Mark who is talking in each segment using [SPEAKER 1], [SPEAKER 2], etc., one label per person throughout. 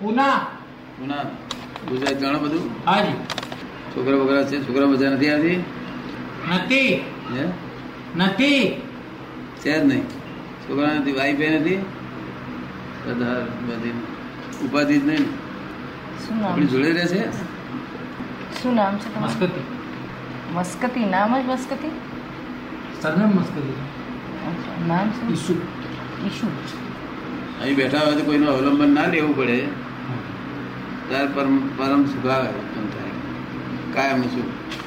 [SPEAKER 1] પૂના
[SPEAKER 2] પુના ગુજરાત જાણો બધું
[SPEAKER 1] હાજી
[SPEAKER 2] છોકરા વગરા છે છોકરા મજા નથી આવતી
[SPEAKER 1] નથી
[SPEAKER 2] હે
[SPEAKER 1] નથી
[SPEAKER 2] છે જ નહીં છોકરા નથી વાઈફ એ નથી બધા બધી ઉપાધિ જ નહીં ને.
[SPEAKER 3] શું નામ
[SPEAKER 2] આપણી જોડે રહે છે
[SPEAKER 3] શું નામ છે તમારું
[SPEAKER 1] મસ્કતી
[SPEAKER 3] મસ્કતી નામ જ મસ્કતી
[SPEAKER 1] સરનામ મસ્કતી
[SPEAKER 3] અચ્છા, નામ શું
[SPEAKER 1] ઈસુ
[SPEAKER 3] ઈશુ
[SPEAKER 2] અહીં બેઠા હોય તો કોઈનું અવલંબન ના લેવું પડે ત્યારે પરમ પરમ સુખાવે ઉત્પન્ન થાય કાયમનું સુખ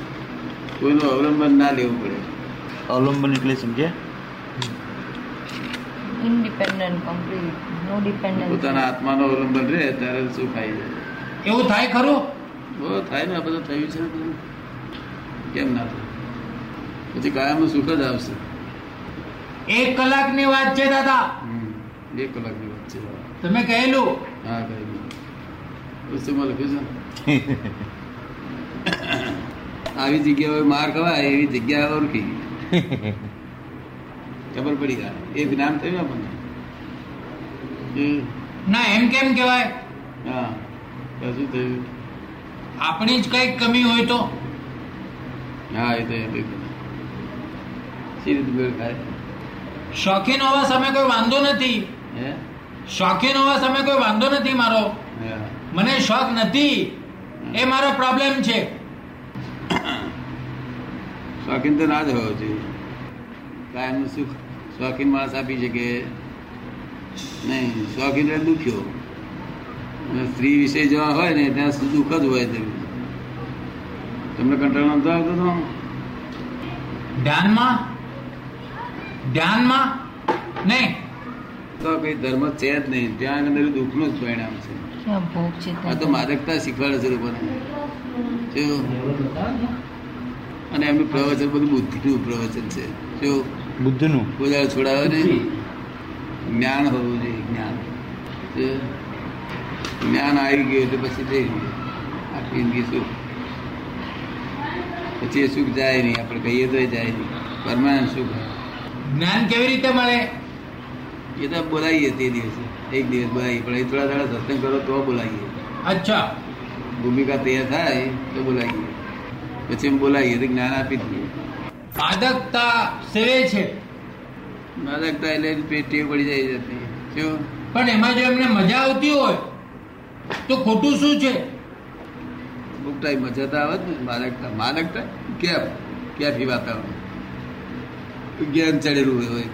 [SPEAKER 2] કોઈનું અવલંબન ના લેવું પડે
[SPEAKER 4] અવલંબન એટલે સમજ્યા
[SPEAKER 3] ઇન્ડિપેન્ડન્ટ કમ્પ્લીટ નો ડિપેન્ડન્ટ
[SPEAKER 2] પોતાના આત્માનું અવલંબન રહે ત્યારે સુખ આવી જાય
[SPEAKER 1] એવું થાય ખરું
[SPEAKER 2] બહુ થાય ને આ બધું થયું છે ને બધું. કેમ ના થાય પછી કાયમનું સુખ જ આવશે
[SPEAKER 1] એક કલાકની વાત છે દાદા
[SPEAKER 2] બે કલાકની વાત છે
[SPEAKER 1] તમે કહેલું
[SPEAKER 2] હા કઈ પુસ્તકમાં લખ્યું છે ને આવી જગ્યાઓએ માર ખવાય એવી જગ્યા ઓળખી ખબર પડી ગયા એ જ્ઞાન થયું આપણને હમ.
[SPEAKER 1] ના એમ કેમ કહેવાય
[SPEAKER 2] હા શું થયું
[SPEAKER 1] આપણી જ કંઈક કમી હોય તો
[SPEAKER 2] હા એ તો એ દેખાય. શી રીતે મેળ ખાય
[SPEAKER 1] શોખીન હોવા સામે કોઈ વાંધો નથી
[SPEAKER 2] હે
[SPEAKER 1] શોખીન હોવા સામે કોઈ વાંધો નથી મારો
[SPEAKER 2] હા.
[SPEAKER 1] મને શોખ નથી એ મારો પ્રોબ્લેમ છે
[SPEAKER 2] શોખીન તો ના જ હોવો જોઈએ કાયમનું સુખ શોખીન માણસ આપી શકે નહીં શોખીન એટલે દુખ્યો અને સ્ત્રી વિશે જેવા હોય ને ત્યાં સુધી દુઃખ જ હોય તેવું તમને કંટાળો નતો આવતો તો
[SPEAKER 1] ધ્યાનમાં ધ્યાનમાં નહીં
[SPEAKER 2] તો કઈ ધર્મ છે જ નહીં ત્યાં અંદર દુઃખનું જ પરિણામ છે
[SPEAKER 3] ક્યાં ભોગ છે
[SPEAKER 2] આ તો માદકતા શીખવાડે છે લોકોને જો અને એમનું પ્રવચન બધું બુદ્ધિનું પ્રવચન છે જો
[SPEAKER 4] બુદ્ધનું
[SPEAKER 2] ઉદાર છોડાવે ને જ્ઞાન હોવું જોઈએ જ્ઞાન તો જ્ઞાન આવી ગયું એટલે પછી જઈ રહ્યું આખી જિંદગી સુખ પછી એ સુખ જાય નહીં આપણે કહીએ તો જાય નહીં પરમાનન્ટ સુખ હોય.
[SPEAKER 1] જ્ઞાન કેવી રીતે મળે
[SPEAKER 2] એ તો બોલાવીએ તે દિવસે એક દિવસ બોલાવીએ પણ એ થોડા થોડા સત્સંગ કરો તો બોલાવીએ
[SPEAKER 1] અચ્છા
[SPEAKER 2] ભૂમિકા તૈયાર થાય તો બોલાવીએ પછી એમ બોલાવીએ તો જ્ઞાન આપી જ દઈએ
[SPEAKER 1] પાદકતા સેવે છે
[SPEAKER 2] ના લાગતા એટલે પેટ ટેવ પડી જાય જતી શું
[SPEAKER 1] પણ એમાં જો એમને મજા આવતી હોય તો ખોટું શું છે
[SPEAKER 2] અમુક ટાઈમ મજા તો આવે જ ને માનકતા માનકતા કેમ ક્યાંથી વાતાવરણ જ્ઞાન ચડેલું હોય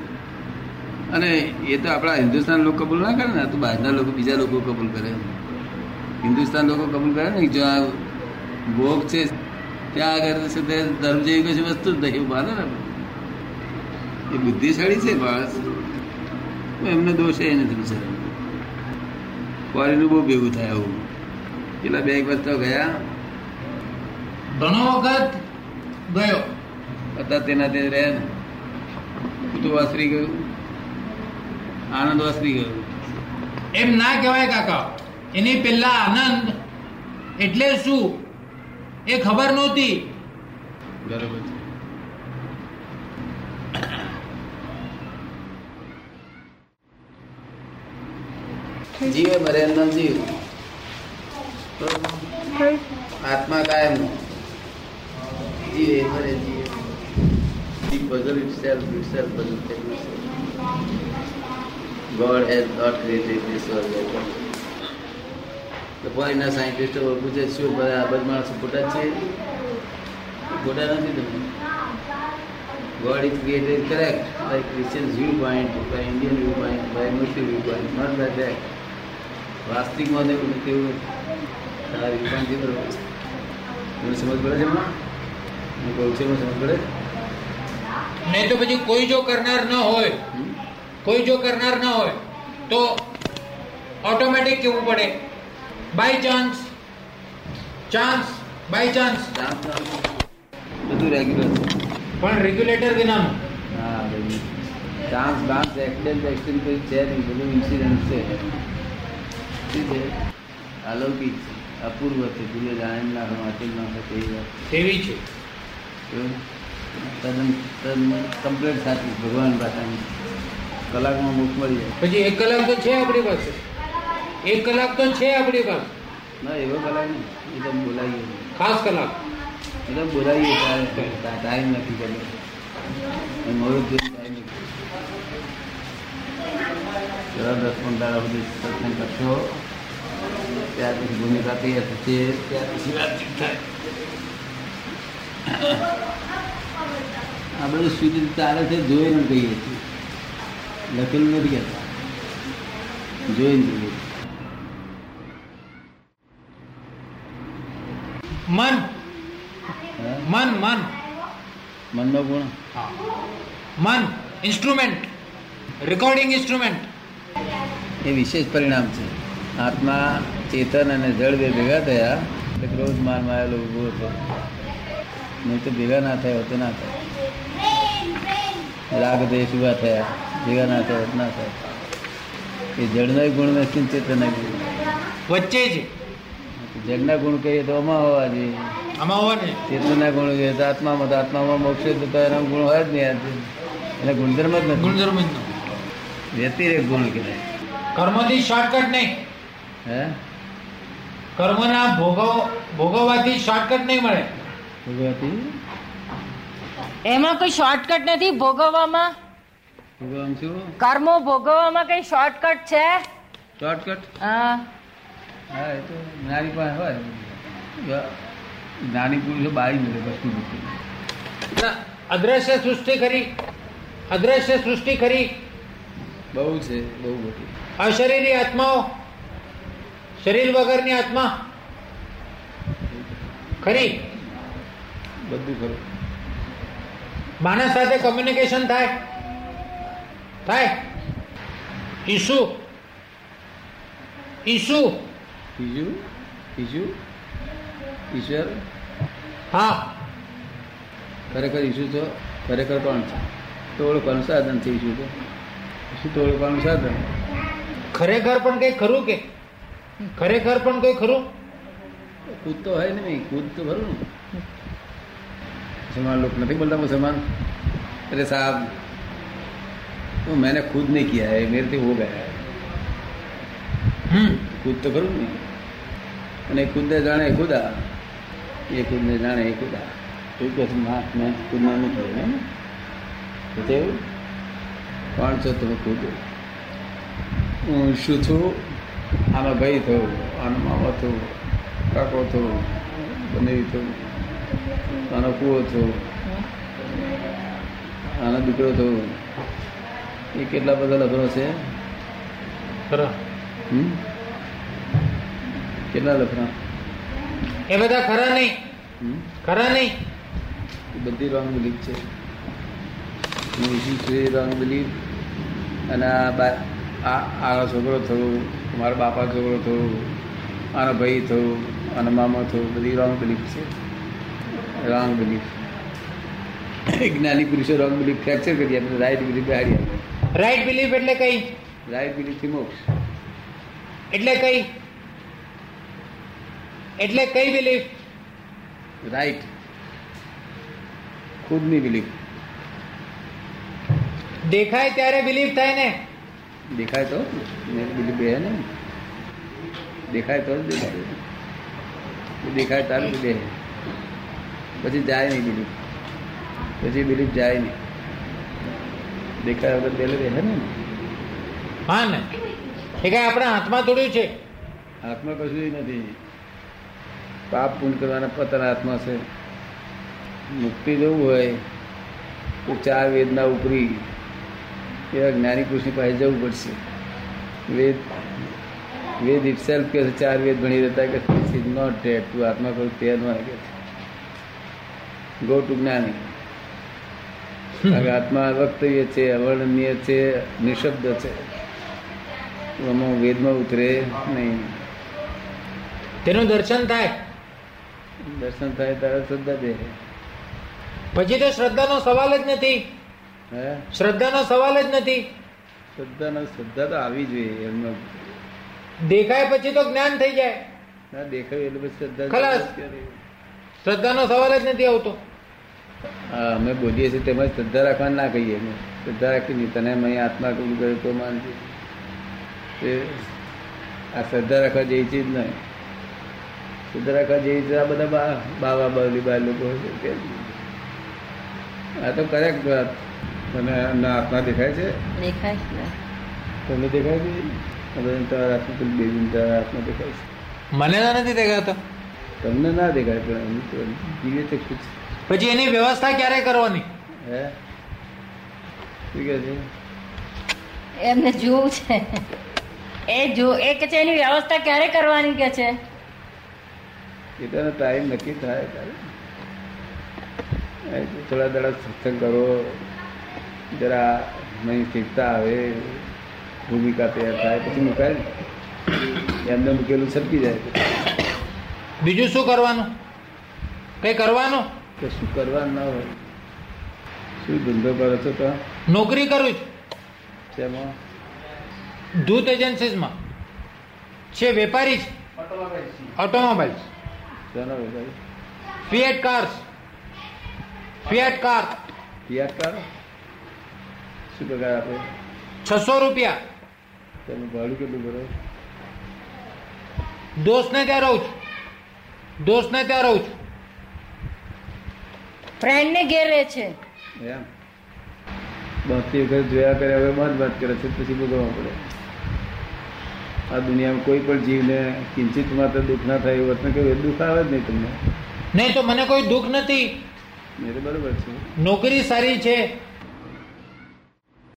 [SPEAKER 2] અને એ તો આપણા હિન્દુસ્તાન લોકો કબૂલ ના કરે ને આ તો બહારના લોકો બીજા લોકો કબૂલ કરે હિન્દુસ્તાન લોકો કબૂલ કરે ને જો આ ભોગ છે ત્યાં આગળ છે તે ધર્મ જેવી કશી વસ્તુ જ નહીં માને ને એ બુદ્ધિશાળી છે માણસ એમને દોષ એ નથી બિચારા ફોરેનનું બહુ ભેગું થાય આવું પેલા બે એક વાર તો ગયા
[SPEAKER 1] ઘણો વખત ગયો
[SPEAKER 2] હતા તેના તે રહ્યા ને કુતું વાસરી ગયું આનંદ વાસરી ગયું
[SPEAKER 1] એમ ના કહેવાય કાકા એની પહેલા આનંદ એટલે શું એ ખબર નહોતી
[SPEAKER 2] બરોબર છે જીવે મરે એમ નામ જીવ બરોબર? આત્મા કાયમ નો. જીવે મરે જીવે The puzzle itself, itself puzzle થઈ ગયું છે. God has not created this world at all. તો ફોરેનના scientist ઓ પૂછે છે, શું બધા આ બધા માણસો ખોટા છે ખોટા નથી તમે God is created correct by Christian's viewpoint, by Indian viewpoint, by Muslim viewpoint, not by that. વાસ્તવિકમાં તો એવું નથી એવું તારા viewpoint થી બરોબર છે. મને સમજ પડે છે હમણાં? હું કહું છું એમાં સમજ પડે
[SPEAKER 1] નહીં તો પછી કોઈ જો કરનાર ન હોય
[SPEAKER 2] હમ?
[SPEAKER 1] કોઈ જો કરનાર ન હોય તો ઓટોમેટિક કેવું પડે by chance chance by chance
[SPEAKER 2] chance ના આપો. બધું રેગ્યુલર છે
[SPEAKER 1] પણ રેગ્યુલેટર વિનાનું
[SPEAKER 2] હા ભાઈ ચાન્સ બાન્સ એક્સિડન્ટ એક્સિડન્ટ કોઈ છે નહીં બધું ઇન્સિડન્ટ છે શું છે અલૌકિક છે અપૂર્વ છે ભૂલે જાણે ના હોય વાંચે ના હોય તેવી વાત
[SPEAKER 1] એવી છે
[SPEAKER 2] તદ્દન તદ્દન કમ્પ્લેટ સાચી છે ભગવાન પાસેની કલાકમાં મુખ મળી
[SPEAKER 1] પછી એક કલાક તો છે આપણી પાસે એક કલાક તો છે આપણી પાસે
[SPEAKER 2] ના એવો કલાક નહીં એ તમે બોલાવીએ
[SPEAKER 1] ખાસ કલાક
[SPEAKER 2] એ તમે બોલાવીએ ટાઈમ નથી કર્યો મોડું થયું ટાઈમ નથી ચલો દસ પંદર સુધી સત્સંગ કરશો ત્યાર પછી ભૂમિકા તૈયાર થશે ત્યાર પછી વાતચીત થાય આ બધું સુધી ચાલે છે જોઈને કહીએ છીએ લખેલું નથી કહેતા જોઈને કહીએ છીએ.
[SPEAKER 1] મન
[SPEAKER 2] હા?
[SPEAKER 1] મન મન
[SPEAKER 2] મનનો ગુણ
[SPEAKER 1] હા. મન ઇન્સ્ટ્રુમેન્ટ રેકોર્ડિંગ ઇન્સ્ટ્રુમેન્ટ
[SPEAKER 2] એ વિશેષ પરિણામ છે આત્મા ચેતન અને જળ બે ભેગા થયા એટલે ક્રોધ માર માયેલો ઉભો હતો નહીં તો ભેગા ના થયા હોત તો ના થાય રાગ દેશ ઉભા થયા ભેગા ના થયા હોત ના થાય એ જળના ગુણ નથી ને ચેતનના ગુણ
[SPEAKER 1] વચ્ચે છે
[SPEAKER 2] જળના ગુણ કહીએ તો આમાં હોવા જોઈએ
[SPEAKER 1] આમાં હોવા ને
[SPEAKER 2] ચેતનના ગુણ કહીએ તો આત્મામાં તો આત્મામાં મોક્ષ તો એના ગુણ હોય જ નહીં એટલે ગુણધર્મ જ નથી
[SPEAKER 1] ગુણધર્મ જ ન.
[SPEAKER 2] વ્યતિરેક ગુણ કહેવાય
[SPEAKER 1] કર્મથી શોર્ટકટ નહીં
[SPEAKER 2] હે
[SPEAKER 1] કર્મના ભોગવ ભોગવવાથી શોર્ટકટ નહીં મળે
[SPEAKER 2] ભગવતી
[SPEAKER 5] એમાં કોઈ શોર્ટકટ નથી ભોગવવામાં
[SPEAKER 2] ભગવાન શું
[SPEAKER 5] કર્મો ભોગવવામાં કઈ શોર્ટકટ છે
[SPEAKER 2] શોર્ટકટ
[SPEAKER 5] હા
[SPEAKER 2] હા એ તો જ્ઞાની પાસે હોય ય- જ્ઞાની પુરુષો બારી મળે વસ્તુ મૂકી
[SPEAKER 1] ના, અદ્રશ્ય સૃષ્ટિ ખરી અદ્રશ્ય સૃષ્ટિ ખરી
[SPEAKER 2] બહુ છે બહુ મોટી
[SPEAKER 1] અશરીરી આત્માઓ શરીર વગરની આત્મા ખરી
[SPEAKER 2] બધું ખરું
[SPEAKER 1] માણસ સાથે કમ્યુનિકેશન થાય થાય ઈસુ ઈસુ
[SPEAKER 2] બીજું બીજું ઈશ્વર
[SPEAKER 1] હા
[SPEAKER 2] ખરેખર ઈશ્વર છો ખરેખર કોણ છે તો ઓળખવાનું સાધન છે ઈશ્વર તો ઈશ્વર તો ઓળખવાનું સાધન
[SPEAKER 1] ખરેખર પણ કઈ ખરું કે ખરેખર પણ કઈ ખરું
[SPEAKER 2] કૂદ તો હોય ને ભાઈ કૂદ તો ખરું ને મુસલમાન લોકો નથી બોલતા મુસલમાન અરે સાહેબ वो मैंने खुद नहीं किया है मेरे से हो गया है
[SPEAKER 1] હમ
[SPEAKER 2] ખુદ તો ખરું ને અને ખુદને જાણે ખુદા એ ખુદને જાણે એ ખુદા એવું કહે છે મા મેં ખુદને એમ કહ્યું ને તો તેવું કોણ છો તમે ખુદ હું શું છું આનો ભાઈ થયો આનો મામા થયો કાકો થયો બનેવી થયો આનો કુવો થયો આનો દીકરો થયો એ કેટલા બધા લફરો છે
[SPEAKER 1] ખરા
[SPEAKER 2] હમ? કેટલા લફરા
[SPEAKER 1] એ બધા ખરા નહીં
[SPEAKER 2] હમ?
[SPEAKER 1] ખરા નહીં
[SPEAKER 2] એ બધી રોંગ બિલીફ છે હું ઈશુ છે રોંગ બિલીફ અને આ બા- આ આનો છોકરો થયો મારા બાપા છોકરો થયો આનો ભાઈ થયો આનો મામા થયો બધી રોંગ બિલીફ છે રોંગ બિલીફ જ્ઞાની પુરુષો રોંગ બિલીફ ફ્રેક્ચર કરી આપણે રાઈટ બિલીફ હારી
[SPEAKER 1] રાઈટ બિલીફ એટલે કઈ
[SPEAKER 2] રાઈટ બિલીફથી મોક્ષ
[SPEAKER 1] એટલે કઈ એટલે કઈ બિલીફ
[SPEAKER 2] રાઈટ ખુદની બિલીફ
[SPEAKER 1] દેખાય ત્યારે બિલીફ થાય ને
[SPEAKER 2] દેખાય તો મેં બીજું બે ને દેખાય તો જ દેખાય એ દેખાય તારું બે પછી જાય નહીં બિલીફ પછી બિલીફ જાય નહીં દેખાય વગર પેલું રહે ને
[SPEAKER 1] હા ને એ કઈ આપણા હાથમાં થોડું છે
[SPEAKER 2] હાથમાં કશું ય નથી પાપ પૂર્ણ કરવાના પોતાના હાથમાં છે મુક્તિ જવું હોય તો ચાર વેદના ઉપરી એવા જ્ઞાની પુરુષની પાસે જવું પડશે વેદ વેદ ઇટસેલ્ફ કે છે, ચાર વેદ ભણી રહેતા કે ધીસ ઇઝ નોટ ડેટ તું આત્મા કરું તે ન હોય કે ગો ટુ જ્ઞાની હવે આત્મા વક્તવ્ય છે અવર્ણનીય છે નિશબ્દ છે આમાં વેદમાં ઉતરે નહીં
[SPEAKER 1] તેનું દર્શન થાય
[SPEAKER 2] દર્શન થાય તારે શ્રદ્ધા દે
[SPEAKER 1] પછી તો શ્રદ્ધાનો સવાલ જ નથી
[SPEAKER 2] હે
[SPEAKER 1] શ્રદ્ધાનો સવાલ જ નથી
[SPEAKER 2] શ્રદ્ધા ના શ્રદ્ધા તો આવી જોઈએ એમનો
[SPEAKER 1] દેખાય પછી તો જ્ઞાન થઈ જાય
[SPEAKER 2] ના દેખાય એટલે પછી શ્રદ્ધા
[SPEAKER 1] ખલાસ. શ્રદ્ધાનો સવાલ જ નથી આવતો
[SPEAKER 2] હા અમે બોલીએ છીએ તેમાં શ્રદ્ધા રાખવાની ના કહીએ અમે શ્રદ્ધા રાખી નહીં તને મેં આત્મા કબૂલ કર્યો તો માનજે તે આ શ્રદ્ધા રાખવા જેવી ચીજ નહીં શ્રદ્ધા રાખવા જેવી ચીજ આ બધા બા બાવા બાવલી બા લોકો છે કે આ તો કરેક્ટ વાત તને ના આત્મા દેખાય છે
[SPEAKER 3] દેખાય છે
[SPEAKER 2] તમને દેખાય છે આ બધાને તમારા હાથમાં પેલી બેબીને તમારા હાથમાં દેખાય છે
[SPEAKER 1] મને તો નથી દેખાતો
[SPEAKER 2] તમને ના દેખાય પણ એમ તો જીવે ચક્ષુ છે.
[SPEAKER 1] પછી એની વ્યવસ્થા ક્યારે કરવાની
[SPEAKER 2] હે શું કહે છે
[SPEAKER 3] એમને જોવું છે
[SPEAKER 5] એ જો એ કે છે એની વ્યવસ્થા ક્યારે કરવાની કે છે
[SPEAKER 2] એટલાનો ટાઈમ નક્કી થાય ત્યારે એ થોડા દાડા સત્સંગ કરો જરા નહીં શીખતા આવે ભૂમિકા તૈયાર થાય પછી મુકાય ને. એમને મૂકેલું સરકી જાય
[SPEAKER 1] બીજું શું કરવાનું કઈ કરવાનું
[SPEAKER 2] તો શું કરવાનું ના હોય શું ધંધો કરો છો તો
[SPEAKER 1] નોકરી કરું છું
[SPEAKER 2] શેમાં
[SPEAKER 1] દૂત એજન્સીસમાં છે વેપારી છે ઓટોમોબાઈલ્સ
[SPEAKER 2] શેનો વેપારી
[SPEAKER 1] ફિએટ કાર્સ ફિએટ કાર
[SPEAKER 2] પિયાર કાઢો શું પગાર આપે
[SPEAKER 1] છસો રૂપિયા
[SPEAKER 2] તેનું ભાડું કેટલું ભરો
[SPEAKER 1] દોસ્તને ત્યાં રહું છું દોસ્તને ત્યાં રહું છું
[SPEAKER 5] ફ્રેન્ડ ને ઘેર રહે છે
[SPEAKER 2] એમ બાકી વખત જોયા કરે હવે મત વાત કરે છે પછી ભોગવવા પડે આ દુનિયામાં કોઈ પણ જીવને કિંચિત માત્ર દુઃખ ના થાય એવું વર્તન કર્યું એ દુઃખ આવે જ નહીં તમને
[SPEAKER 1] નહીં તો મને કોઈ દુઃખ નથી
[SPEAKER 2] એ તો બરોબર છે
[SPEAKER 1] નોકરી સારી છે